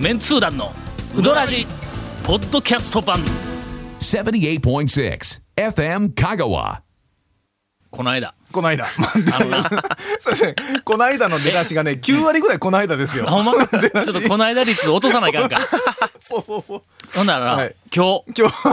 メンツー団のウドラジポッドキャスト版78.6 FM Kagawa. この間この間。 あのな そうですね。この間の出だしがね、9割ぐらいこの間ですよあ。ほんまちょっとこの間率落とさないかんか そうそうそう。ほんならな、はい今日今日、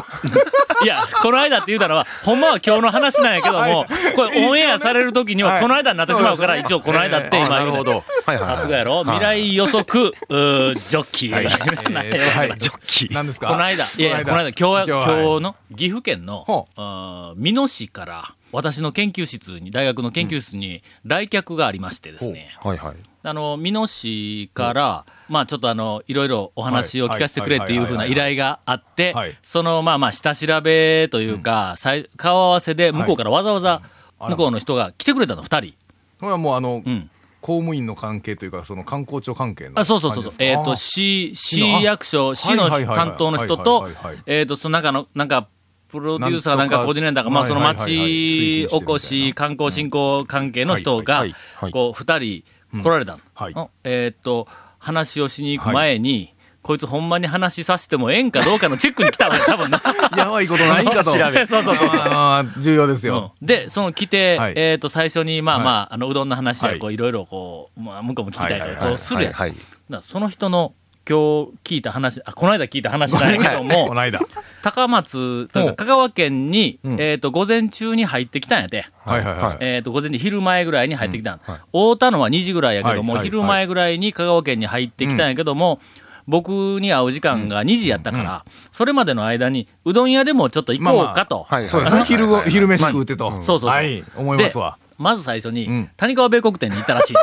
いやこの間って言うたらはほんまは今日の話なんやけども、はいこれオンエアされる時にははいこの間になってしまうから、そうです一応この間って今あな言るうねほど。はいはいはいさすがやろ、未来予測うージョッキー、 なんやはいジョッキー。何ですかこの間、いやいや、この間、今日は、今日の岐阜県のほう、あー美濃市から、私の研究室に、大学の研究室に来客がありましてですね、はいはい。あの、美濃市から、まあちょっとあの、いろいろお話を聞かせてくれっていうふうな依頼があってはい、その、まあまあ、下調べというか、さい顔合わせで、向こうからわざわざ、向こうの人が来てくれたの、二人。これはもうあの、うん公務員の関係というか、その観光庁関係の。あそうそうそうそう。えっ、と、し市、市のあ市役所、市のはいはいはいはい担当の人はといはいはいはい、えっ、と、その中の、なんか、プロデューサーなんなんとかかコーディネーターが、まあ、はいそのはいはいはい町おこ推進してるみし、たいな観光振興関係の人はがいはいはいは、いこう、二人来られたの。はいのえっ、と、話をしに行く前に、こいつほんまに話させてもええんかどうかのチェ ックに来たわけ、多分 な。やばいことないかと。何か調 べそうそうそう。あー重要ですよ。うんで、その来て、はいえっ、と、最初に、まあはいまあ、あの、うどんの話や、こはう、いろいろ、こう、まあ、向こうも聞きたいかはいら、はいはいこう、するやん。はいはい。だからその人の今日聞いた話、あ、この間聞いた話なんやけどこもの、間。高松というほか香う川県に、うんえっ、と、午前中に入ってきたんやで。はいはいはい。えっ、と、午前中、昼前ぐらいに入ってきたん。はい会うたのは2時ぐらいやけども、はいはい昼前ぐらいに香川県に入ってきたんやけども、僕に会う時間が2時やったから、それまでの間に、うどん屋でもちょっと行こうかと。はいはい。そうですね。昼ご、昼飯食うて。てと。まあうんそうそうそうはい、思いますわ。まず最初に、うん谷川米国店に行ったらしい。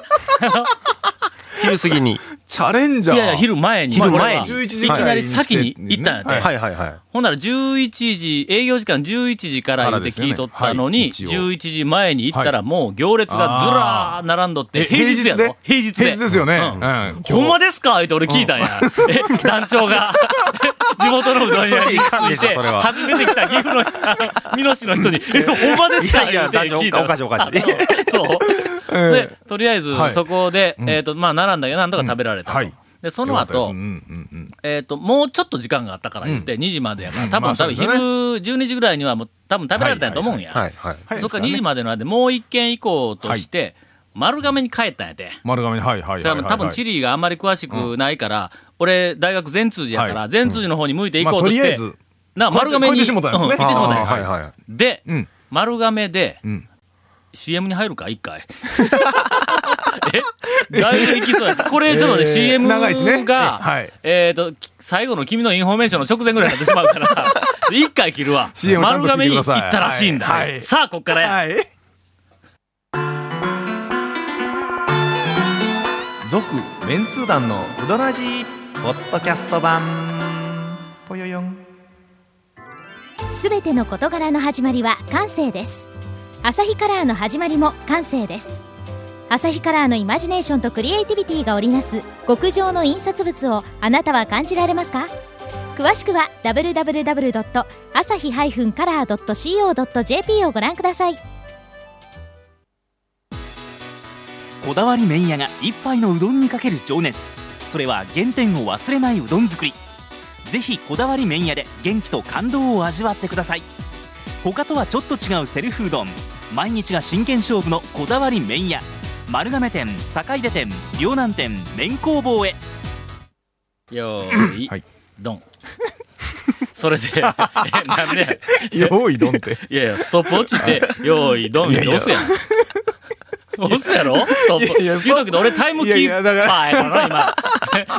昼過ぎに。チャレンジいャー。やいや、昼前に。昼俺前には11い時きなり先にはい行ったんやで。はいはいはいはい。ほんなら11時、営業時間11時から言って聞いとったのに、からですよねはい11時前に行ったらもう行列がずらー並んどって、え平日やろ平日で。平日ですよね。うんうんほんまですかって俺聞いたんや。え、団長が、地元のうどん屋にそれいかん着でいしょて、それは初めて来た岐阜の、あの、美濃市の人に、え、ほんまですかい言やっいてや聞いた。おかしいおかしいあそう。そうで、とりあえずはいそこで、えっと、まあ、並んだけど、なんとか食べられたと。うんはいで、その後、うんうんうん。えっ、と、もうちょっと時間があったから言って、2時までやから、多分、まあ多そう分です昼ね12時ぐらいにはもう、多分食べられたんやと思うんや。はいはい。はいそっから2時までの間でもう一軒行こうとして、丸亀に帰ったんやて。丸亀に、はいはいはいは多いは分、い。多分地理があんまり詳しくないから、俺、大学全通じやから、はい全通じの方に向いて行こうとして、まあとりあえずな、丸亀に。こうやってしもたんですねう行ってしもたんやあーはいはい。で、うん丸亀で、ん CM に入るか一回。 えだいぶ行きそうです。これちょっとね、えー CM が、長いしねはいえっ、と、き最後の君のインフォメーションの直前ぐらいになってしまう から、で一回切るわ。 CM ちゃ丸んと聞亀いてにく行っださいたらしいんだ。はいはいさあ、こっからや。はい。続メンツー団のウドラジーポッドキャスト版ぽよよんすべての事柄の始まりは感性ですアサヒカラーの始まりも感性ですアサヒカラーのイマジネーションとクリエイティビティが織りなす極上の印刷物をあなたは感じられますか詳しくは www.asahi-color.co.jp をご覧くださいこだわり麺屋が一杯のうどんにかける情熱それは原点を忘れないうどん作りぜひこだわり麺屋で元気と感動を味わってください他とはちょっと違うセルフうどん毎日が真剣勝負のこだわり麺屋丸亀店坂出店両南店麺工房へよーい、はいドン。それ で、え、なんでや 用意どんって。いやいや、ストップ落 ちて、よーい、ドンって押すやん。押すやろストップ。いやいや言うとくけど、俺タイムキーパーやからな、今。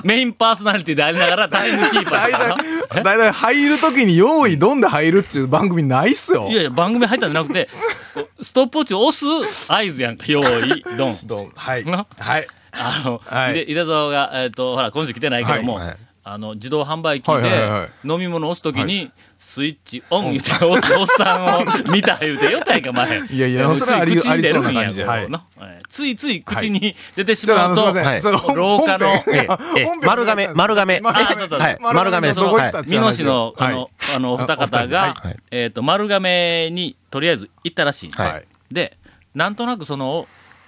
メインパーソナリティで ありながらタイムキーパー大やからな。体、大体入るときに用意どんで入るっていう番組ないっすよい。やいや、番組入ったんじゃなくて、こうストップ落ちを押す合図やんか。よーい、ドン。どん、はい。なはい。あの、はいで、井田沢が、えっ、と、ほら、今週来てないけども、はいはいあの、自動販売機はいはいでは、飲み物を押すときに、スイッチオン言って、押すおっさんを見た言うて、よったんやんか、前。いやいやもうつそれはあり口に出るんやありそうな感じでこうなはいついつい口に出てしまうと、はいその本廊下の本編ええ本編丸亀丸亀あそうそうはい丸亀ですそどうこ行ったっ美て話濃市の、あはのい、あの、お二あ方お二人がはい、えっと、丸亀に、とりあえず行ったらしい。はいで、なんとなくその、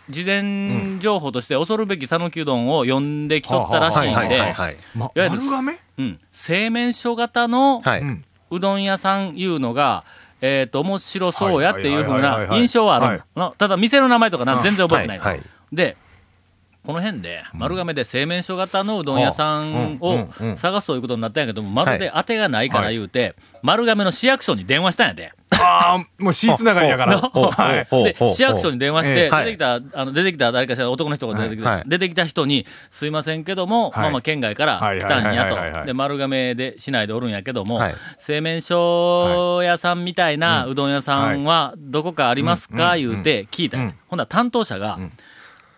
事前情報として恐るべき讃岐うどんを呼んできとったらしいんはいはいで、はい。ま、いわゆる丸亀うん、製麺所型のはうい。んうどん屋さんいうのが、えっ、と、面白そうやっていうふうはいはいはいはいなはい印象はあるんだなただ、店の名前とかな全然覚えてない。はい。で、この辺で、丸亀で製麺所型のうどん屋さんをうんうんうん探すということになったんやけども、まるで当てがないから言うて、丸亀の市役所に電話したんやで。ああ、もうシーツ流れ やから。ほうはい。ほうでほう、市役所に電話しえて、えは出いてきた、あの、出てきた誰かしら男の人が出てきはたい、出てきた人に、すいませんけども、はいまあまあ県外から来たんはいはいはいはいやはと。いで、丸亀で、市内でおるんやけどもはい、製麺所屋さんみたいなうどん屋さんはどこかありますか言うて聞いたんやうんほんなら担当者が、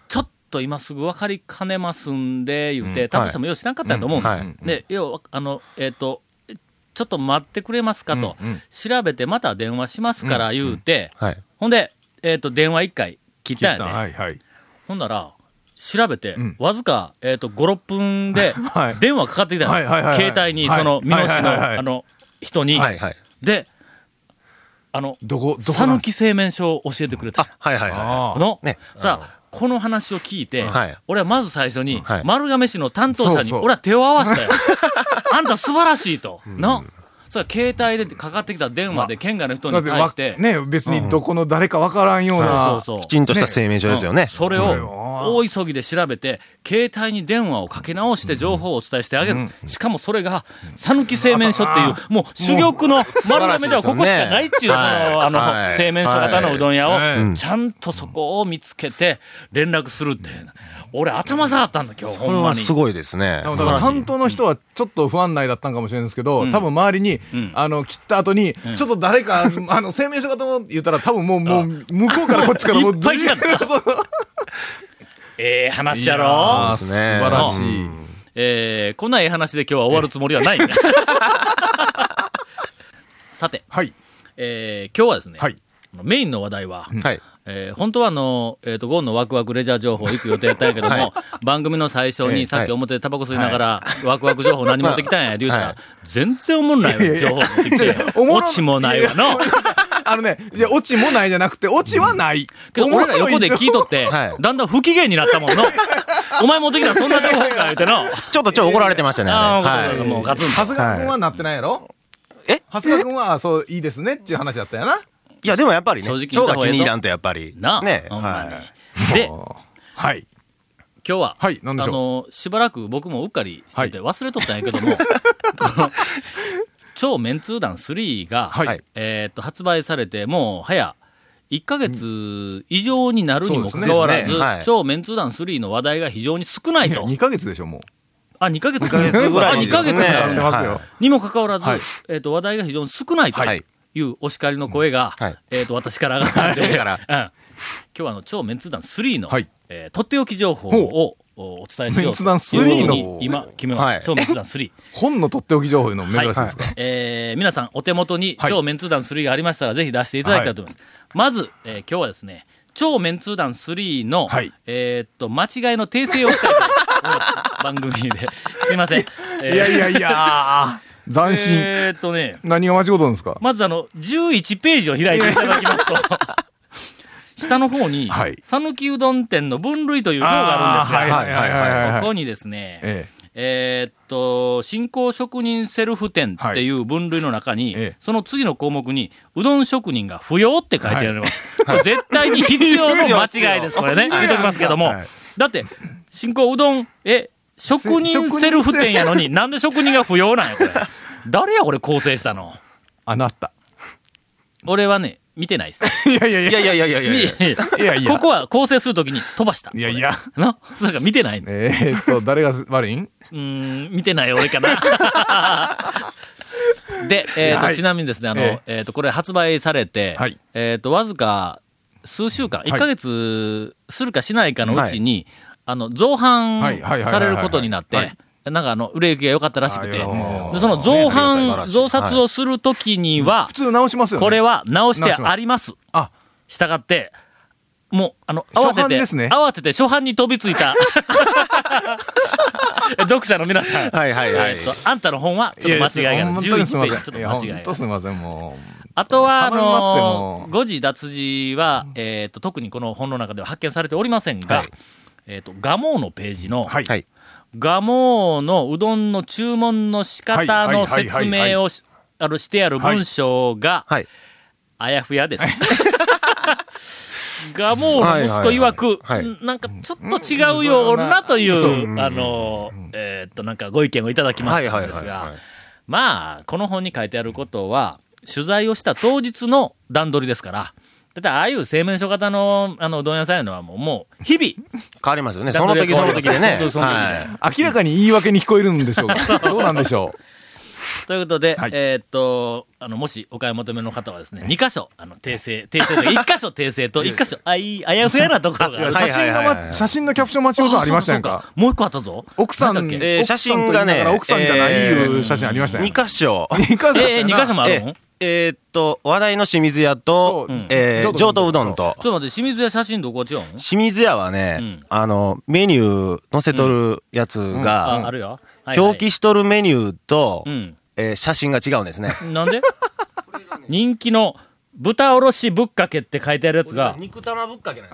ちょっと今すぐ分かりかねますんで、言うて、担当者もよう知らんかったんやと思うんはいはいで、よう、あの、えっと、ちょっと待ってくれますかと、調べてまた電話しますから言うて、はい。ほんで、えっ、と、電話一回切ったんやね。はいはい。ほんなら、調べて、んわずか、えっ、と、5、6分で はい、電話かかってきたの、はいはいはいはい携帯に、はいその、美濃市はいはいはの、いはいあの、人に、はいはい。で、あの、どこ、どこな讃ん岐製麺所を教えてくれた。あ、はいはいはあーの、ねさあ、この話を聞いて、はい俺はまず最初に、はい丸亀市の担当者そうに、そう俺は手を合わせ たよ。あんた素晴らしいと。の、それ携帯でかかってきた電話で県外の人だっにて対わして、ね、別にどこの誰かわからんようそうな。そうそう。い。きちんとした声明書ですよね。それを大急ぎで調べて、携帯に電話をかけ直して情報をお伝えしてあげる、しかもそれが、讃岐製麺所っていう、もう珠玉の丸亀ではここしかないっていう、そ素晴らしいですよねの、あはの、い製麺所型のうどん屋はいを、ちゃんとそこを見つけて、連絡するっていう。俺、頭下がったんだ、今日、こほれんまはに。すごいですね。だから担当の人はちょっと不安内だったんかもしれないですけど、多分周りに、んあの切った後に、ちょっと誰かあの 声明書かと思って言ったら多分もうもう向こうからこっちからもういっぱい来たん そうええ話やあろー素晴らしい、えーこんなええ話で今日は終わるつもりはない。 さて、はいえー今日はですね、はいメインの話題は、はい。えー本当はあの、えっ、と、ゴンのワクワクレジャー情報行く予定やったんやけども、はい番組の最初に、ええさっき表でタバコ吸いながら、ワクワク情報何持ってきたんや、言うたら、はい全然おもんないわ情報持ってきて、おもろオチもないわの。あのねいやオチもないじゃなくてオチはない、けど俺ら横で聞いとって、はいだんだん不機嫌になったもんの。お前持ってきたらそんな情報か、言うての。ちょっとちょっと怒られてましたね。ああ、あれもうもうガツンと長谷川君はなってないやろ、え長谷川君はあそういいですねっていう話だったよなはいいや、でもやっぱりね、正直腸言ったが方が気ええぞに入らんとやっぱり。なあ、ね。ほんまにはで、はい今日は、はい何でしょうあの、しばらく僕もうっかりしてて忘れとったんやけども、 超メンツー団3が、はい、はいえーっと、発売されて、もう早、1ヶ月以上になるにもそかうですねかわらず、ですねはい超メンツー団3の話題が非常に少ないと。 2ヶ月でしょもうあ、2ヶ月か。ヶ月ぐらいあ、に2ヶ月ですねかやってますよ、にもかかわらず、はいえーっと、話題が非常に少ないとはいいうお叱りの声が、はいえーっと、私から上がったんで、はいうんだ今から日はあの、超メンツー団3の、はいえーとっておき情報を、おお伝えしようというメンツー団3のふうに今、決めました。は超いメンツー団3。 本のとっておき情報いうの珍しいですか、えー皆さん、お手元にはい超メンツー団3がありましたら、ぜひ出していただきたいと思います。まず、えー今日はですね、超メンツー団3の、はいえーっと、間違いの訂正をしたいと思います。 番組で。すいません。えーいやいやいや、斬新。えーっとね、何が間違うとんですかまずあの、11ページを開いていただきます と、下の方にはい、讃、岐、うどん店の分類という表があるんですが、あーはいはいはいはいはいここにですね、ええーっと、新興職人セルフ店っていう分類の中に、はいええその次の項目に、うどん職人が不要って書いてあります。これ絶対に必要の間違いです、これね。言っときますけども。はいだって、新興うどん、え、職人セルフ店やのに、なんで職人が不要なんや、これ。誰や、これ構成したの。あなた。俺はね、見てないです。いやい やいい。いやいやいやいやいやいや。いやいやここは構成するときに飛ばした。いやいや。な、なんか見てないのえー、っと、誰が悪いんうーん、見てない俺かな。 で、えーと、はいちなみにですね、あの、ええーと、これ発売されて、はいえーと、わずか数週間、い1ヶ月するかしないかのうちに、あの、造はいはいはいはい反はいされることになっはてい、なんかあの、売れ行きが良かったらしくて、あいでやもうその造ね素晴ら反、しい増刷をするときには普、通直しますよね。これは直してあります。あ、したがって、もう、あの、初慌版てて、ですね 慌てて初版に飛びついた。読者の皆さん。はいはいはえいっ。と、あんたの本はちょっと間違いがある。本当に11すいまペせージ、ちんょっと間違いがあいや本る当。すみません、もあとは、あ頼みますよものう、誤字脱字は、えっ、と、特にこの本の中では発見されておりませんが、はいえっ、と、ガモのページの、はい。はい。ガモのうどんの注文の仕方の説明をしあのしてある文章が、はい。あやふや です。ガモの息子曰く、はいはいはなんかちょっと違うよなという、うんあの、えーっと、なんかご意見をいただきましたんですはいはいはいがはい、まあ、この本に書いてあることは、取材をした当日の段取りですから、だってああいう製麺所型の、あの、うどん屋さんやのはもう、もう、日々、変わりますよね。その時その時でね。そうそうその時ではいう明らかに言い訳に聞こえるんでしょ うか。どうなんでしょということで、えーっと、あの、もしお買い求めの方はですね、2箇所、あの、訂正、訂正というか、1箇所訂正と、1箇所、あい、あやふやなところがあう。る。写真がはいはいはいはま、い写真のキャプション待ちことありましたやんあそうか。そうもう一個あったぞ。奥さん、なんだっけえー写真がね奥さんと言いながら奥さんじゃないえーいう写真ありましたやん二箇所。二箇所えー、2箇所もあるのええーっと、話題の清水屋とと、えー上等上等うどうどんんとと、ちょっと待って、清水屋写真どこ違うの清水屋はね、うんあの、メニュー載せとるやつが、あ、あるよ。はいはい表記しとるメニューと、うん。えー写真が違うんですね。なんで人気の豚おろしぶっかけって書いてあるやつが、肉玉ぶっかけな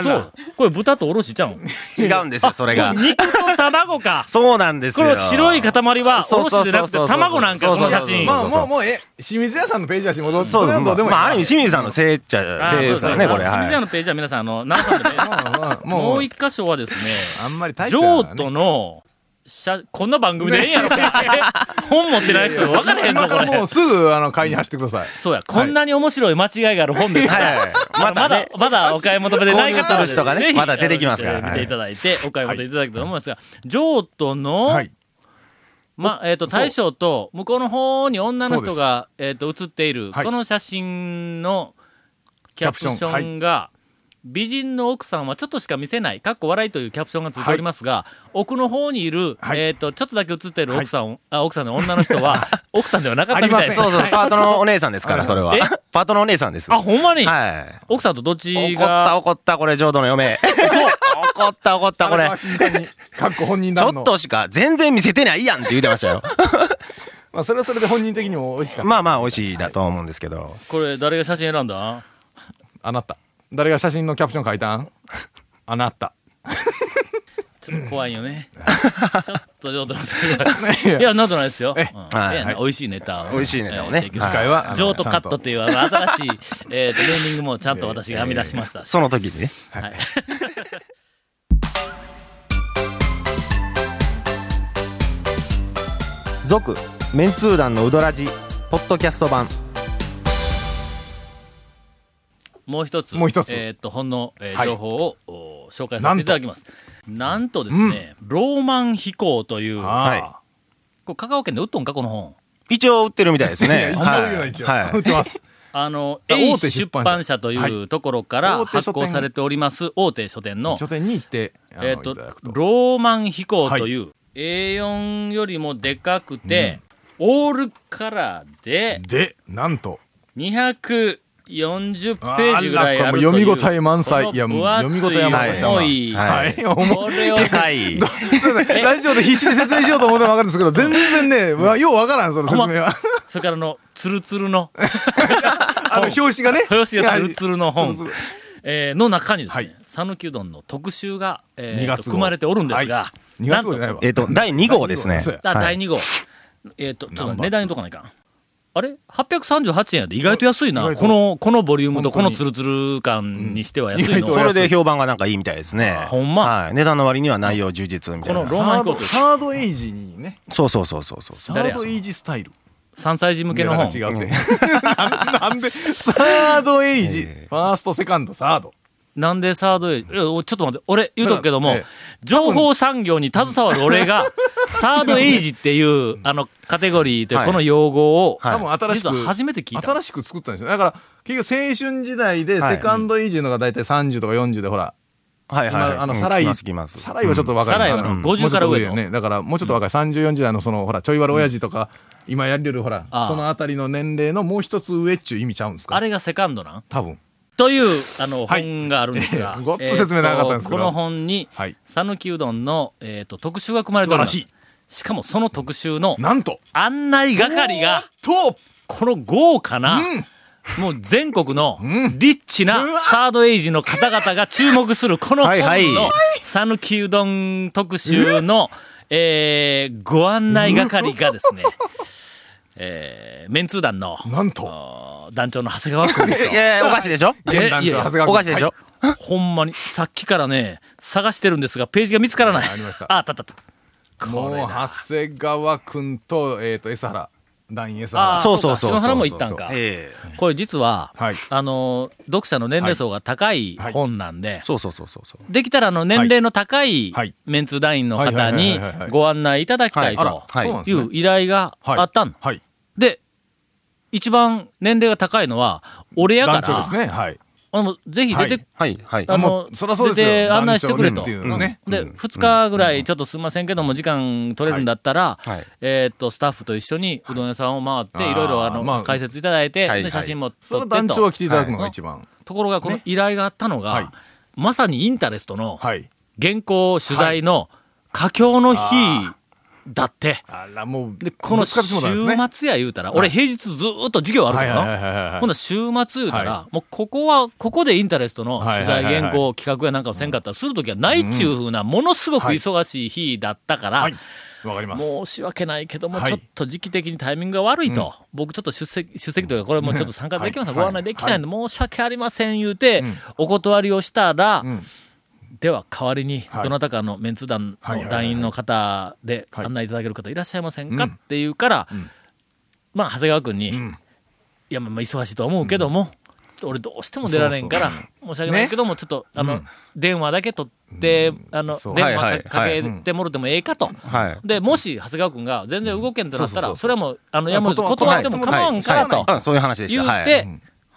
んでえ、嘘これ豚とおろしちゃうんす違うんですよ、それが。。肉と卵かそうなんですこよ。の白い塊はおそうろそしうそうそじゃなくうて卵なんか、この写真。そうそうそうまあまあ、もう、もう、え、清水屋さんのページだし、もう、そそうれではす。まどうでもいい。あ、ある意味、清水さんのせいっちゃ、そうせいですからね、これ。清水屋はい。のページは皆さん、あの、何さんでもいい ですまあももうう、一箇所はですね、あんまり大した譲渡の、写こんな番組でええんやろ。本持ってない人分からへんぞ、今こかられ。もうすぐ、あの、買いに走ってください。そうや、こんなに面白い間違いがある本ですから、またね、まだ、まだお買い求めでない方は購入する人がねぜひまだ出てきますからあのはい見ていただいて、お買い求めいただけたと思いますが、譲渡の、はい。まあ、えっ、と、大将と、向こうの方に女の人が、えっ、と、写っている、はいこの写真のキャプシキャプショョンが、美人の奥さんはちょっとしか見せない、かっこ笑いというキャプションがついておりますが、奥の方にいる、はいえっ、と、ちょっとだけ写っている奥さん、あ奥さんの女の人は、奥さんではなかったみたいです。そうそう、パートのお姉さんですから、それはえ。パートのお姉さんです。あ、ほんまに、はい。奥さんとどっち怒ったが、怒った、これ、浄土 の嫁。怒った怒った、こあれは。静かに、かっこ本人ちだょの。っとしか、全然見せてないやんって言ってまし たよ。まあ、それはそれで本人的にも美味しかった。まあまあ、美味しいだとは思うんですけど。これ誰が写真選んだあなた。誰が写真のキャプション書い たんあなた。ちょっと怖いよね。ちょっとちょっといいや、やなんとないですよ。うんはいええなはい美味しいネタを。美味しいネタをねええ提供して次回はあの譲渡カットっていうあの新しい、 えーと、ネーミングもちゃんと私が編み出しました。その時にね。はい。 続メンツー団のウドラジポッドキャスト版もう一つ、もう一つえーっと、ほんの、えーはい情報を、お紹介させていただきます。なんとですね、ローマン飛行という、あはいあこれ香川県で売っとんか、この本。一応売ってるみたいです いやね一応はい言うの一応。は売ってます。 あの、大手 A 出出版版社とはいいうところから大手書店発行されております大手書店の、書店に行って、あのえっ、といただく、ローマン飛行という、A4 よりもでかくて、オールカラーでで、なんと、 240ページぐらいあるというあらこれもう読み応え満載この分いや厚い読み応え満載ちゃうな重い。ははい、重これをで かいい。すいませんラジオで必死に説明しようと思っても分かるんです けど、全然ね、わよう分からん、その説明は。それからあの、ツルツルの、あの、表紙がね。表紙がツルツルの本はいツルツえーの中にですはいね、讃岐うどんの特集が、えー二と月号組まれておるんですが、ル二なん月と号じゃないわ。えっと第2号ですねそうやあ、はい第2号。えっ、と、ちょっとナンバーツー値段言うとかないかん。あれ ?838 円やで。意外と安い意な。外とこの、このボリュームとこ本当のにツルツル感にしては安うんいの。意外とそこれで評判がなんかいいみたいですねほんまはい値段の割には内容充実みたいのなロサーマン飛ー行ド、とサードエイジにね。そうそうそうそうそうサ誰やードエイジスタイル。 3歳児向けの本。値段が違うって。 なんなんで、サードエイジ、ファースト、セカンド、サード。なんでサードエイジいやちょっと待って、俺言うとくけども、だからえ情報産業に携わる俺が、サードエイジっていう、あの、カテゴリーというはいこの用語を、はい多分新し実く、は初めて聞いた。新しく作ったんですよ。だから、結局青春時代で、はいセカンドエイジのが大体30とか40で、ほら、はいはいはい今あの、うんサライ、来ます来ますサライはちょっと若い。サライはあのうん50から上のもうちょっとよね。だから、もうちょっと若い。30、40代の、その、ほら、ちょい悪親父とか、今やりよる、ほらああ、そのあたりの年齢のもう一つ上っちゅう意味ちゃうんですかあれがセカンドなん多分。という、あの、はい。本があるんですが ごっつ説明長かったんですえーとけどこの本に、はい讃岐うどんの、えっ、と、特集が組まれております。素晴らしかもその特集のなんと案内係が、とこの豪華な、もう全国のリッチなサードエイジの方々が注目するこのはいはい本の讃岐うどん特集の、えーご案内係がですね、 えーメンツー団のなんとあー団長の長谷川君ですよいやいや、おかしいでしょえ現団いやい長や長谷川おかしいでしょほんまにさっきからね探してるんですがページが見つからないありましたああったあったあったもこうれだ長谷川君とえっと江原団員江あー原そうそうそうか篠原も行ったんかええ。これ実は、はいあの読者の年齢層が高いはい本なんで、そうそうそうそうそう。できたらあの年齢の高いはいメンツ団員の方にはいはいはいはいはいご案内いただきたいはいあらとはいそうなんいですねう依頼があったの。はいで、一番年齢が高いのは俺やか団長ですら、ねはいあのぜひ出て、はい、はい。あもの、うそらそうです出よて案内してくれと。団長にっていうのねうんで、2日ぐらいちょっとすいませんけども、時間取れるんだったらいはい、えーっと、スタッフと一緒にうどん屋さんを回って、はいいろいろあまの、あ解説いただいて、はいで、写真も撮そのって団長はと来。ていただくのが一番ところが、この依頼があったのはいが、まさにインタレストの、はい原稿取材の佳境の日だって。あらもうで、このぶつか週ってしもうたんですね末や言うたら、俺平日ずーっと授業あるかはいはいはいはいらはの。いほんなら週末言うたらは、もうここは、ここでインタレストの取は材いはいはいはい原稿企画やなんかをせんかったらするときはないっちゅうふうな、ものすごくはい忙しい日だったからはい、わかります申し訳ないけども、はいちょっと時期的にタイミングが悪いと、僕ちょっと出席、出席というか、これもうちょっと参加できません、うんはいご案内できないんで、申し訳ありません言うて、お断りをしたら、んでは代わりに、はいどなたかのメンツ団はいはのいはいはい団員の方ではい案内いただける方いらっしゃいませんかっていうから、まあ、長谷川君に、いや、まあまあ忙しいとは思うけども、俺どうしても出られんから、申し訳ないけども、ちょっと、あの、電話だけ取って、あの、そう電はいは話いかかはいけてもろてもええかと。はい。で、もし、長谷川君が全然動けんとなったうら、そんそれはもう、あの、い山本断断っても構わんからとはいうんそういう話でし言た。はうい。て、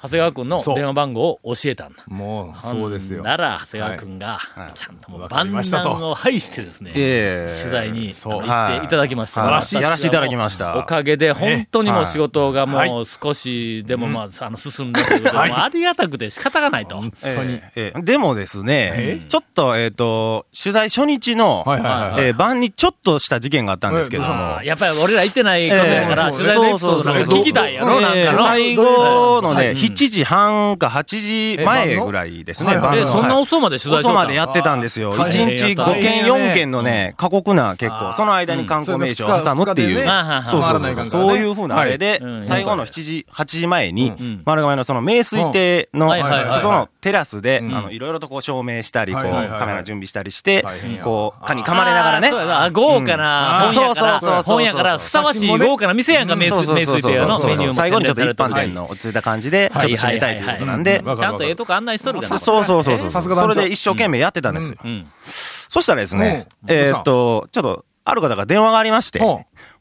長谷川君のそう電話番号を教えたんだ。もうそうですよほんなら、長谷川君がい、ちゃんともうわかり万ましたと難を排してですね、ええ取材にあそうの行っはていいただきました。はい素私はも晴らしいうやらせていただきましたおかげで、本当にもうはい仕事がもはう少しでも、まあ、あの、進んだということで、もうありがたくて仕方がないと。ええええでもですね、ちょっと、えっ、と、取材初日の、はいはいはいはいえー晩にちょっとした事件があったんですけども、あーやっぱり俺ら行ってないことえやえから、取材のエピソードなんか聞きたいやろ、えなんえかの。最後のはいね、7時半か8時前ぐらいですね、え晩晩のえのそんなはい遅まで取材しと遅ったまんでやってたんですよ。大1変日5大変件、やね4件のね、過酷な結構、その間に観光名所を挟むっていうそうですね二日二日でね。まあはあはあそう回そらうないそかんからうねそういうふうなあれではいうん、最後の7時、8時前にん、丸亀のその名水亭のはいはいはいはい人のテラスで、あんの、いろいろとこう照明したり、こう、はいはいはいはいカメラ準備したりして大変や、こう、蚊に噛まれながらねあーそう。やな豪華なうん本屋から、あーそうそうそうそう本屋からふさわしい豪華な店やんか、名そ水うそう名そう水亭のメそうニューも最後にちょっと一宣伝されて般るし店の落ち着いた感じで、ちょっと締めたいということなんではいはいはいはい、ちゃんとええとこ案内しとるから。そうそうそうそう。さすが団そ長れで一生懸命やってたんですよ。うん。そしたらですね、うんえーっと、ちょっと、ある方が電話がありまして、うん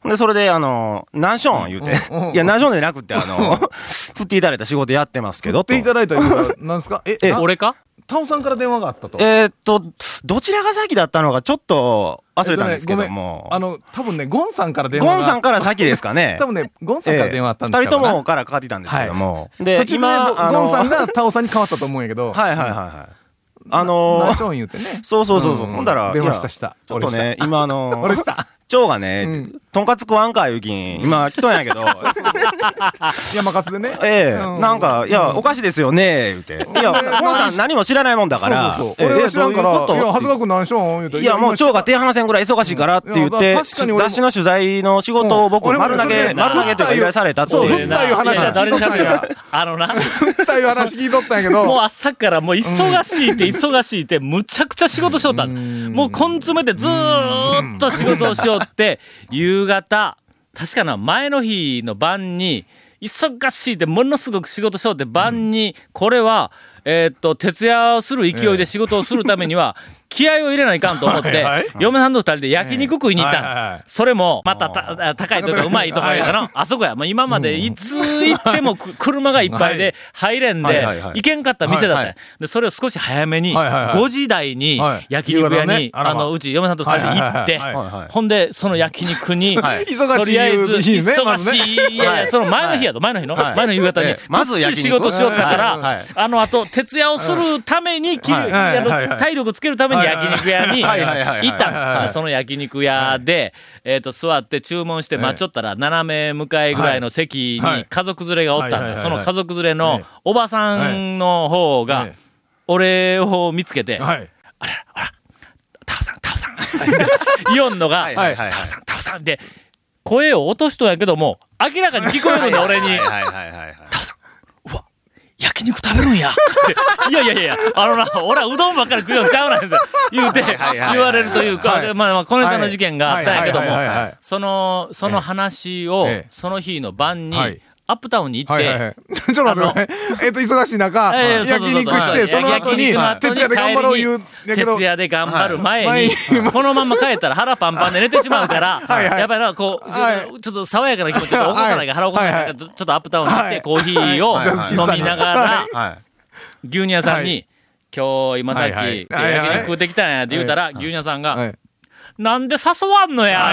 ほんで、それで、あの、何ション言うてうんう、んいや、何ションじゃなくて、あ の、振っていただいた仕事やってますけ言ど、っと。ていただいたいうかなん ですかええな俺かタオさんから電話があったとえーっと、どちらが先だったのか、ちょっと忘れたんですけども、あの多分ねゴンさんから電話ゴが。ンさんから先ですかね 多分ねゴンさんから電話あったんえでえす二人ともからかかってきたんですけども。で途中であゴのンさんがタオさんに変わったと思うんやけどはいはいはいはい。あのナチョン言うてねそうそうそうそう。うんほんだら、電話いやしたしたちょっと俺ね、今あのー、俺した蝶がね、うんとんかつ食わんかいうきん、今来とんやけど、山勝で ねええうんなんか、いや、おかしいですよね、言うて。いや、ゴンさん何も知らないもんだから、そうそうえそうえ俺が知らんからえどういいや長うこ谷川君何しよん言うとていや、もう蝶が手手離せんぐらい忙しいからって言っいやて、だ確かに俺も雑誌の取材の仕事を僕、うん俺も丸投そげ、れ丸投げというか依頼されたってそうい振うっ。たいう話いや誰に喋る聞いとっか あのな、ったいう話聞いとったんやけ もうど朝からもう忙しいって忙しいって、むちゃくちゃ仕事しよった。もう根詰めてずーっと仕事をしよって、夕方、確かな、前の日の晩に、忙しいってものすごく仕事しよ って晩に、これは、えーっと、徹夜する勢いで仕事をするためには、気合を入れないかんと思って、はいはい嫁さんと二人で焼肉食いに行ったの。はいはいはいそれも、またた高いというか、うまいとこや からの、あそこや。もう今までいつ行ってもく車がいっぱいで入れんはでいはいはい、行けんかった店だったんはやで、それを少し早めに、はいはいはい5時台にはい焼肉屋夕方ねに、あらあまの、うち嫁さんと二人で行ってはいはいはい、はいほんで、その焼肉 に、忙としりあえず、い日ね。ま忙ずねしい、いやいや、その前の日やと、前の日の、はい前の夕方にええ、まずきっち焼り肉仕事しよったかはいはいはらい、あの、あと、徹夜をするために、きはいはいはあいの体力つけるために焼肉屋にはいはいはいはい行っはいはいたはのいその焼肉屋で、えっと、座って注文して待っちょったら、斜め向かいぐらいの席はにい家族連れがおったはいんはだ。いその家族連れはのいおばさんの方はがい、俺を見つけて、はい。タオさん、タオさん。 イオンのが、はいタオさん、タオさんで、声を落としとんやけども、明らかに聞こえるんだ、俺に。はいはいはいはい。焼肉食べるんや。 っていやいやいやいや、あのな、俺はうどんばっかり食うよんちゃうなんて言うて、はいはい言われるというか、はいまあまあ、この間の事件があったんやけどもはいはいはいはいはい、その、その話をええ、その日の晩にはい、アップタウンに行っはいはいて、はい。ちょっと待ってね。えっと、忙しい中、ええそう焼そうそう肉しはいて、その後に焼肉の、後に徹夜で頑張ろう言うんだけど徹、夜で頑張るは前いに、このまま帰ったら腹パンパンで寝てしまうから、はいはいやっぱりな、こう、はいちょっと爽やかな気持ちで起こさないから、腹はい起こさないから、ちょっとアップタウンに行っはて、いコーヒーをはいはい飲みながら、はい。牛乳屋さんに、は今日、今さっき、はいはい焼肉食うてきたんやって言うたら、牛乳屋さんが、はいなんで誘わんのや、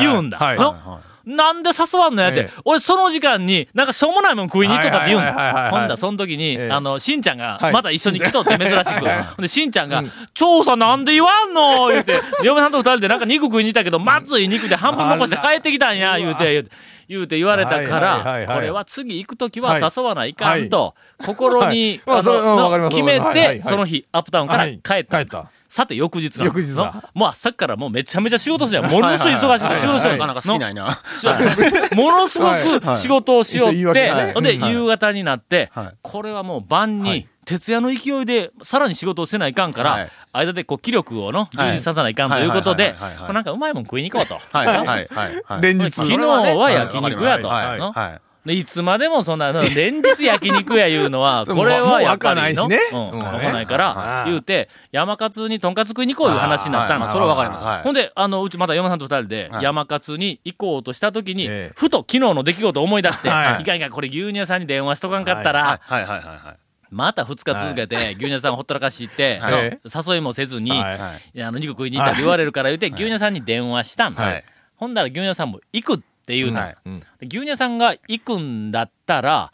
言うて、言うんだ。はいはいはいはいのなんで誘わんのやって、ええ俺その時間に、なんかしょうもないもん食いに行っとったって言うんだ。はいはいはいはいはいほんだらその時に、ええあの、しんちゃんがは、いまた一緒に来とって珍しく。ほんで、しんちゃんが、調査なんで言わんの言うて、嫁さんと二人でなんか肉食いに行ったけど、まずい肉で半分残して帰ってきたんや、言うて、言うて言うて言われたかはいはいはいら、はいこれは次行く時は誘わないかんと、心に、はいまあそれうんわあかりの、ます決めはいはいはて、いその日、アップタウンから帰った。た。さて、翌日なの翌日だのもう朝からもうめちゃめちゃ仕事しよう。ものすごい忙しい。仕事しよう。なかなか好きないな。の ものすごく仕事をしようっ一応言いて訳ね、ほんで、夕方になってはい、これはもう晩に、徹夜の勢いで、さらに仕事をせないかんかはらい、間でこう、気力をの、充実させないかんということはでいはいはいはいはいは、こいうなんかうまいもん食いに行 こうと。はいはいはいはい。連日。昨日は焼肉やと。はいのはい。でいつまでもそん な、連日焼肉や言うのは、これはやっぱりの、もう開うかん、ないし開ねかないから、言うて、山勝にとんかつ食いに行こういう話になったはいまのあ。それはわかります。はいほ。んで、あの、うちまた嫁さんと二人では、い山勝に行こうとした時にええ、ふと昨日の出来事を思い出して、いはいかんいかん、これ牛乳屋さんに電話しとかんかったら、はいはいはいはい。また2日続けて、牛乳屋さんをほったらかし行って、はいの誘いもせずに、はいはいいやあの、肉食いに行ったって言われるから言うて、牛乳屋さんに電話したんはいほんだら牛乳屋さんも行くって言うたんはいうん牛乳屋さんが行くんだったら、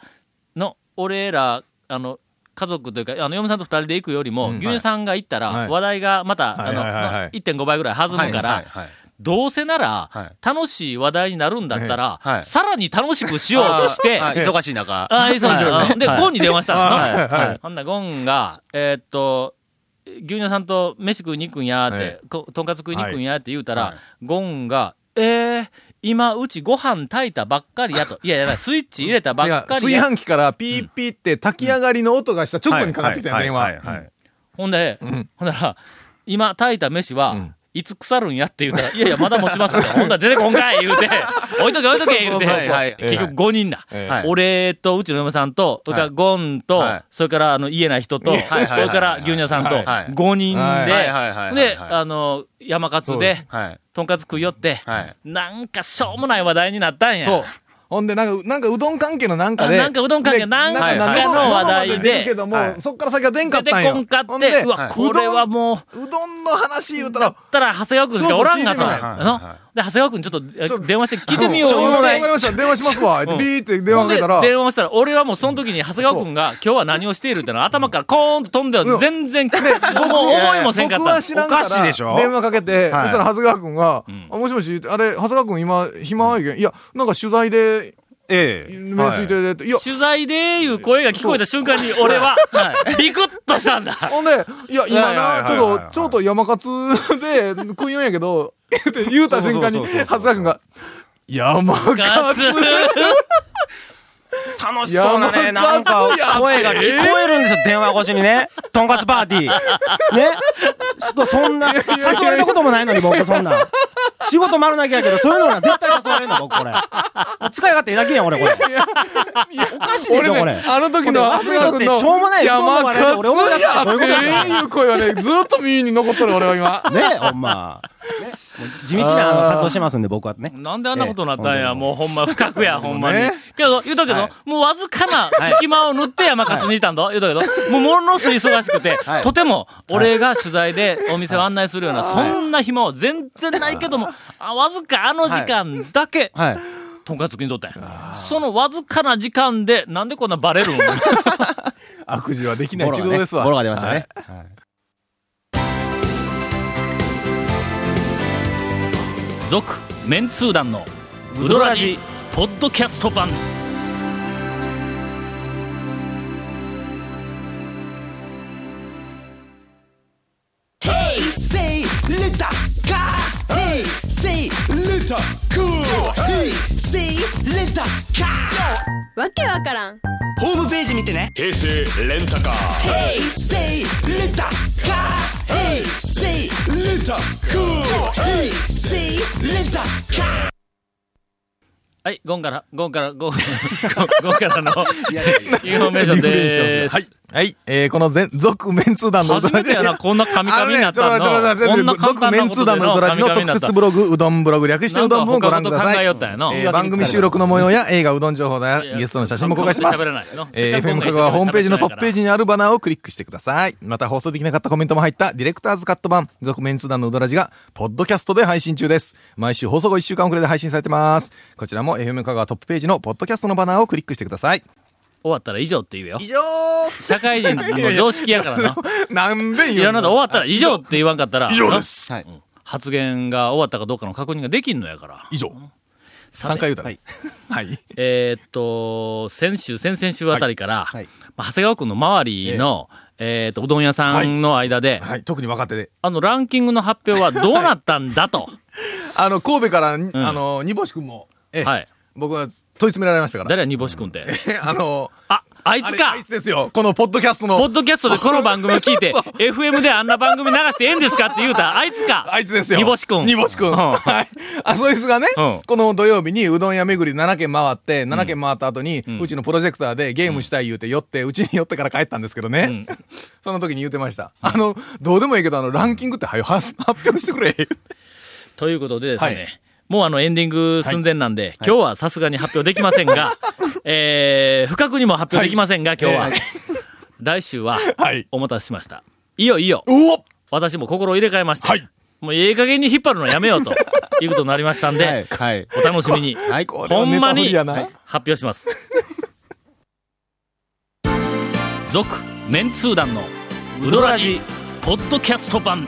の、俺ら、あの、家族というか、あの、嫁さんと二人で行くよりも、うん牛乳屋さんが行ったはら、い話題がまた、はいはいはいあはのい、 1.5倍ぐらい弾むから、はいはいはいどうせなはらい、楽しい話題になるんだったら、はいはいさらに楽しくしようとして、あーあー忙しい中。ああ、そうそうそう。で、ゴンに電話したの。はいはいほんならゴンが、えーっと、牛乳屋さんと飯食いに行くんやーって、ことんかつ食いに行くんやーって言うたら、はいゴンが、えー、今、うちご飯炊いたばっかりやと。いやいや、スイッチ入れたば違うっかり炊や。飯器からピーピーって炊き上がりの音がした直後にかかってきたよ、電はいはいはい話は。いほんで、ほんなら、今炊いた飯は、んいつ腐るんやって言うたら、いやいや、まだ持ち ますよ。ほんなら出てこんかい言うて、置いとけ置いとけ言うて、そうそうそうはい結局5人だ。ええはい俺とうちの嫁さんと、それからゴンと、はいそれからあの家ない人と、はいはいそれから牛乳屋さんと、はいはい5人で、はいはいはいはいで、あの、山勝で、はい。とんかつ食いよって、はいなんかしょうもない話題になったんや。そう。ほんで、なんか、なんかうどん関係のなんかで。あなんかうどん関係でなんかなんかはいはい生はい生で出るけどもはい、そっから先は出んか出ってたんよ。こんかほっんでて、うわ、はいこれはもう、うどんの話言うたら、ったら長谷川君しかおらんがと。そうそう聞いてみないあのはいはいで、長谷川君ちょっちとょえ電話して聞いてみようしょうがないわ言かりうました。電話しますわ。ビうんーってて電話かけたら。で電話したら、俺はもうその時に長谷川君が今日は何をしているってのは頭からコーンと飛んでうよ。ん全然、もう思いもせんかった。僕は知らんからおかしいでしょ電話かけて、はいそしたら長谷川君が、んあもしもし言うて、あれ、長谷川君今、暇やけん。いや、なんか取材で、ええ。面ついててって、いや、取材でいう声が聞こえた瞬間に俺は、ビクッとした んだ。ほんで、いや、今いやな、いやちいやいやょっと、ちょっと山勝で食いよんやけど、 って言うた瞬間に、そうそうそうそう長谷川君が、山ガツ勝楽しそうなね、なんか声が聞こえるんですよ、電話越しにね。とんかつ パーティー。ね。そそんな、誘われたこともないのに僕そんな。仕事丸投げやけど、そういうのは絶対誘われんの、僕、これ。使い勝手だけやん、俺、これ。おかしいでしょ、こ俺れ。ね、あの時の忘れろって、君のしょうもない、山の笑いで俺思い出し勝た。どういうことですやっていう声はね、ずっと耳に残っとる、俺は今。かねえ、ほんま。ねもう地道なあの活動してますんで、僕はね。なんであんなことになったんえや、えもうほんま不覚や、 ほんまにね。けど、言うたけど、もうわずかな隙間を縫って山勝にいたんだ、言うたけど、もうものすごい忙しく て、はいとても俺が取材でお店を案内するような、そんな暇は全然ないけども、あわずかあの時間だけ、はい。とんかつにとったんや。そのわずかな時間で、なんでこんなバレ るん悪事はできないボロ一が度ねですわ。ボロが出ましたね。続、メンツー団の、ウドラジ、ポッドキャスト版。わけわからんはい、ゴンから、ゴンから、ゴン、ゴ ンゴンからの、インフォメーションでーす。はい。えー、この全、続メンツー団のうど初らめじてやな、こんな神々になったの。あのねちょっと待ってちょっこと待ってんな簡続単メなンこツーとで団のうどらじの特設ブログ、うどんブログ、略してうどん部をご覧くだなんか他のこと考さい。えよったんやなえー番組収録の模様や映画うどん情報だ、ゲストの写真も公開してます喋。らないの。えー、せっかく FM 今回香川ホームページのトップページにあるバナーをクリックしてください。また放送できなかったコメントも入ったディレクターズカット版、続メンツ団のうどらじが、ポッドキャストで配信中です。毎週放送後1週間遅れで配信されてます。こちらも FM 香川トップページのポッドキャストのバナーをクリックしてください。終わったら以上って言うよ以。上社会人の常識やからな。なんでい言やうなんだの終わったら以上って言わんかったら、以上ですはい。な発言が終わったかどうかの確認ができんのやから。以上。さて3回言うたね。はい。えーっと、先週、先々週あたりから、はいはいまあ長谷川君の周りの、えーっと、うどん屋さんの間で、はい。特に若手で。あの、ランキングの発表はどうなったんだと。あの、神戸から、あの、煮干し君も、 ええはい。僕は問い詰められましたから。誰や、煮干し君って。 あの、あ、あいあつれかあいつですよ。このポッドキャストポのッ、ドキャストでこの番組を聞いて、FM であんな番組流してええんですかって言うた、あいつか。あいつですよ。煮干し君煮干し君。うんはい。あ、そいつがねうん、この土曜日にうどん屋巡り7軒回って、7軒回った後に、うちのプロジェクターでゲームしたい言うて寄って、うちに寄ってから帰ったんですけどね。その時に言うてました。あの、どうでもいいけど、あの、ランキングってはよ発発表してくれ。 ということでですね、はいもうあのエンディング寸前なんで、今日はさすがに発表できませんが、えー、不覚にも発表できませんが、今日は。来週は、はい。お待たせしました。いいよいいよ。うお私も心を入れ替えまして、はいもうええ加減に引っ張るのやめようと、いうことになりましたんで、はい。はい。お楽しみに。はい。これほはんネまタ振にりやなはい発表します。 続メンツー団のウドラジポッドキャスト版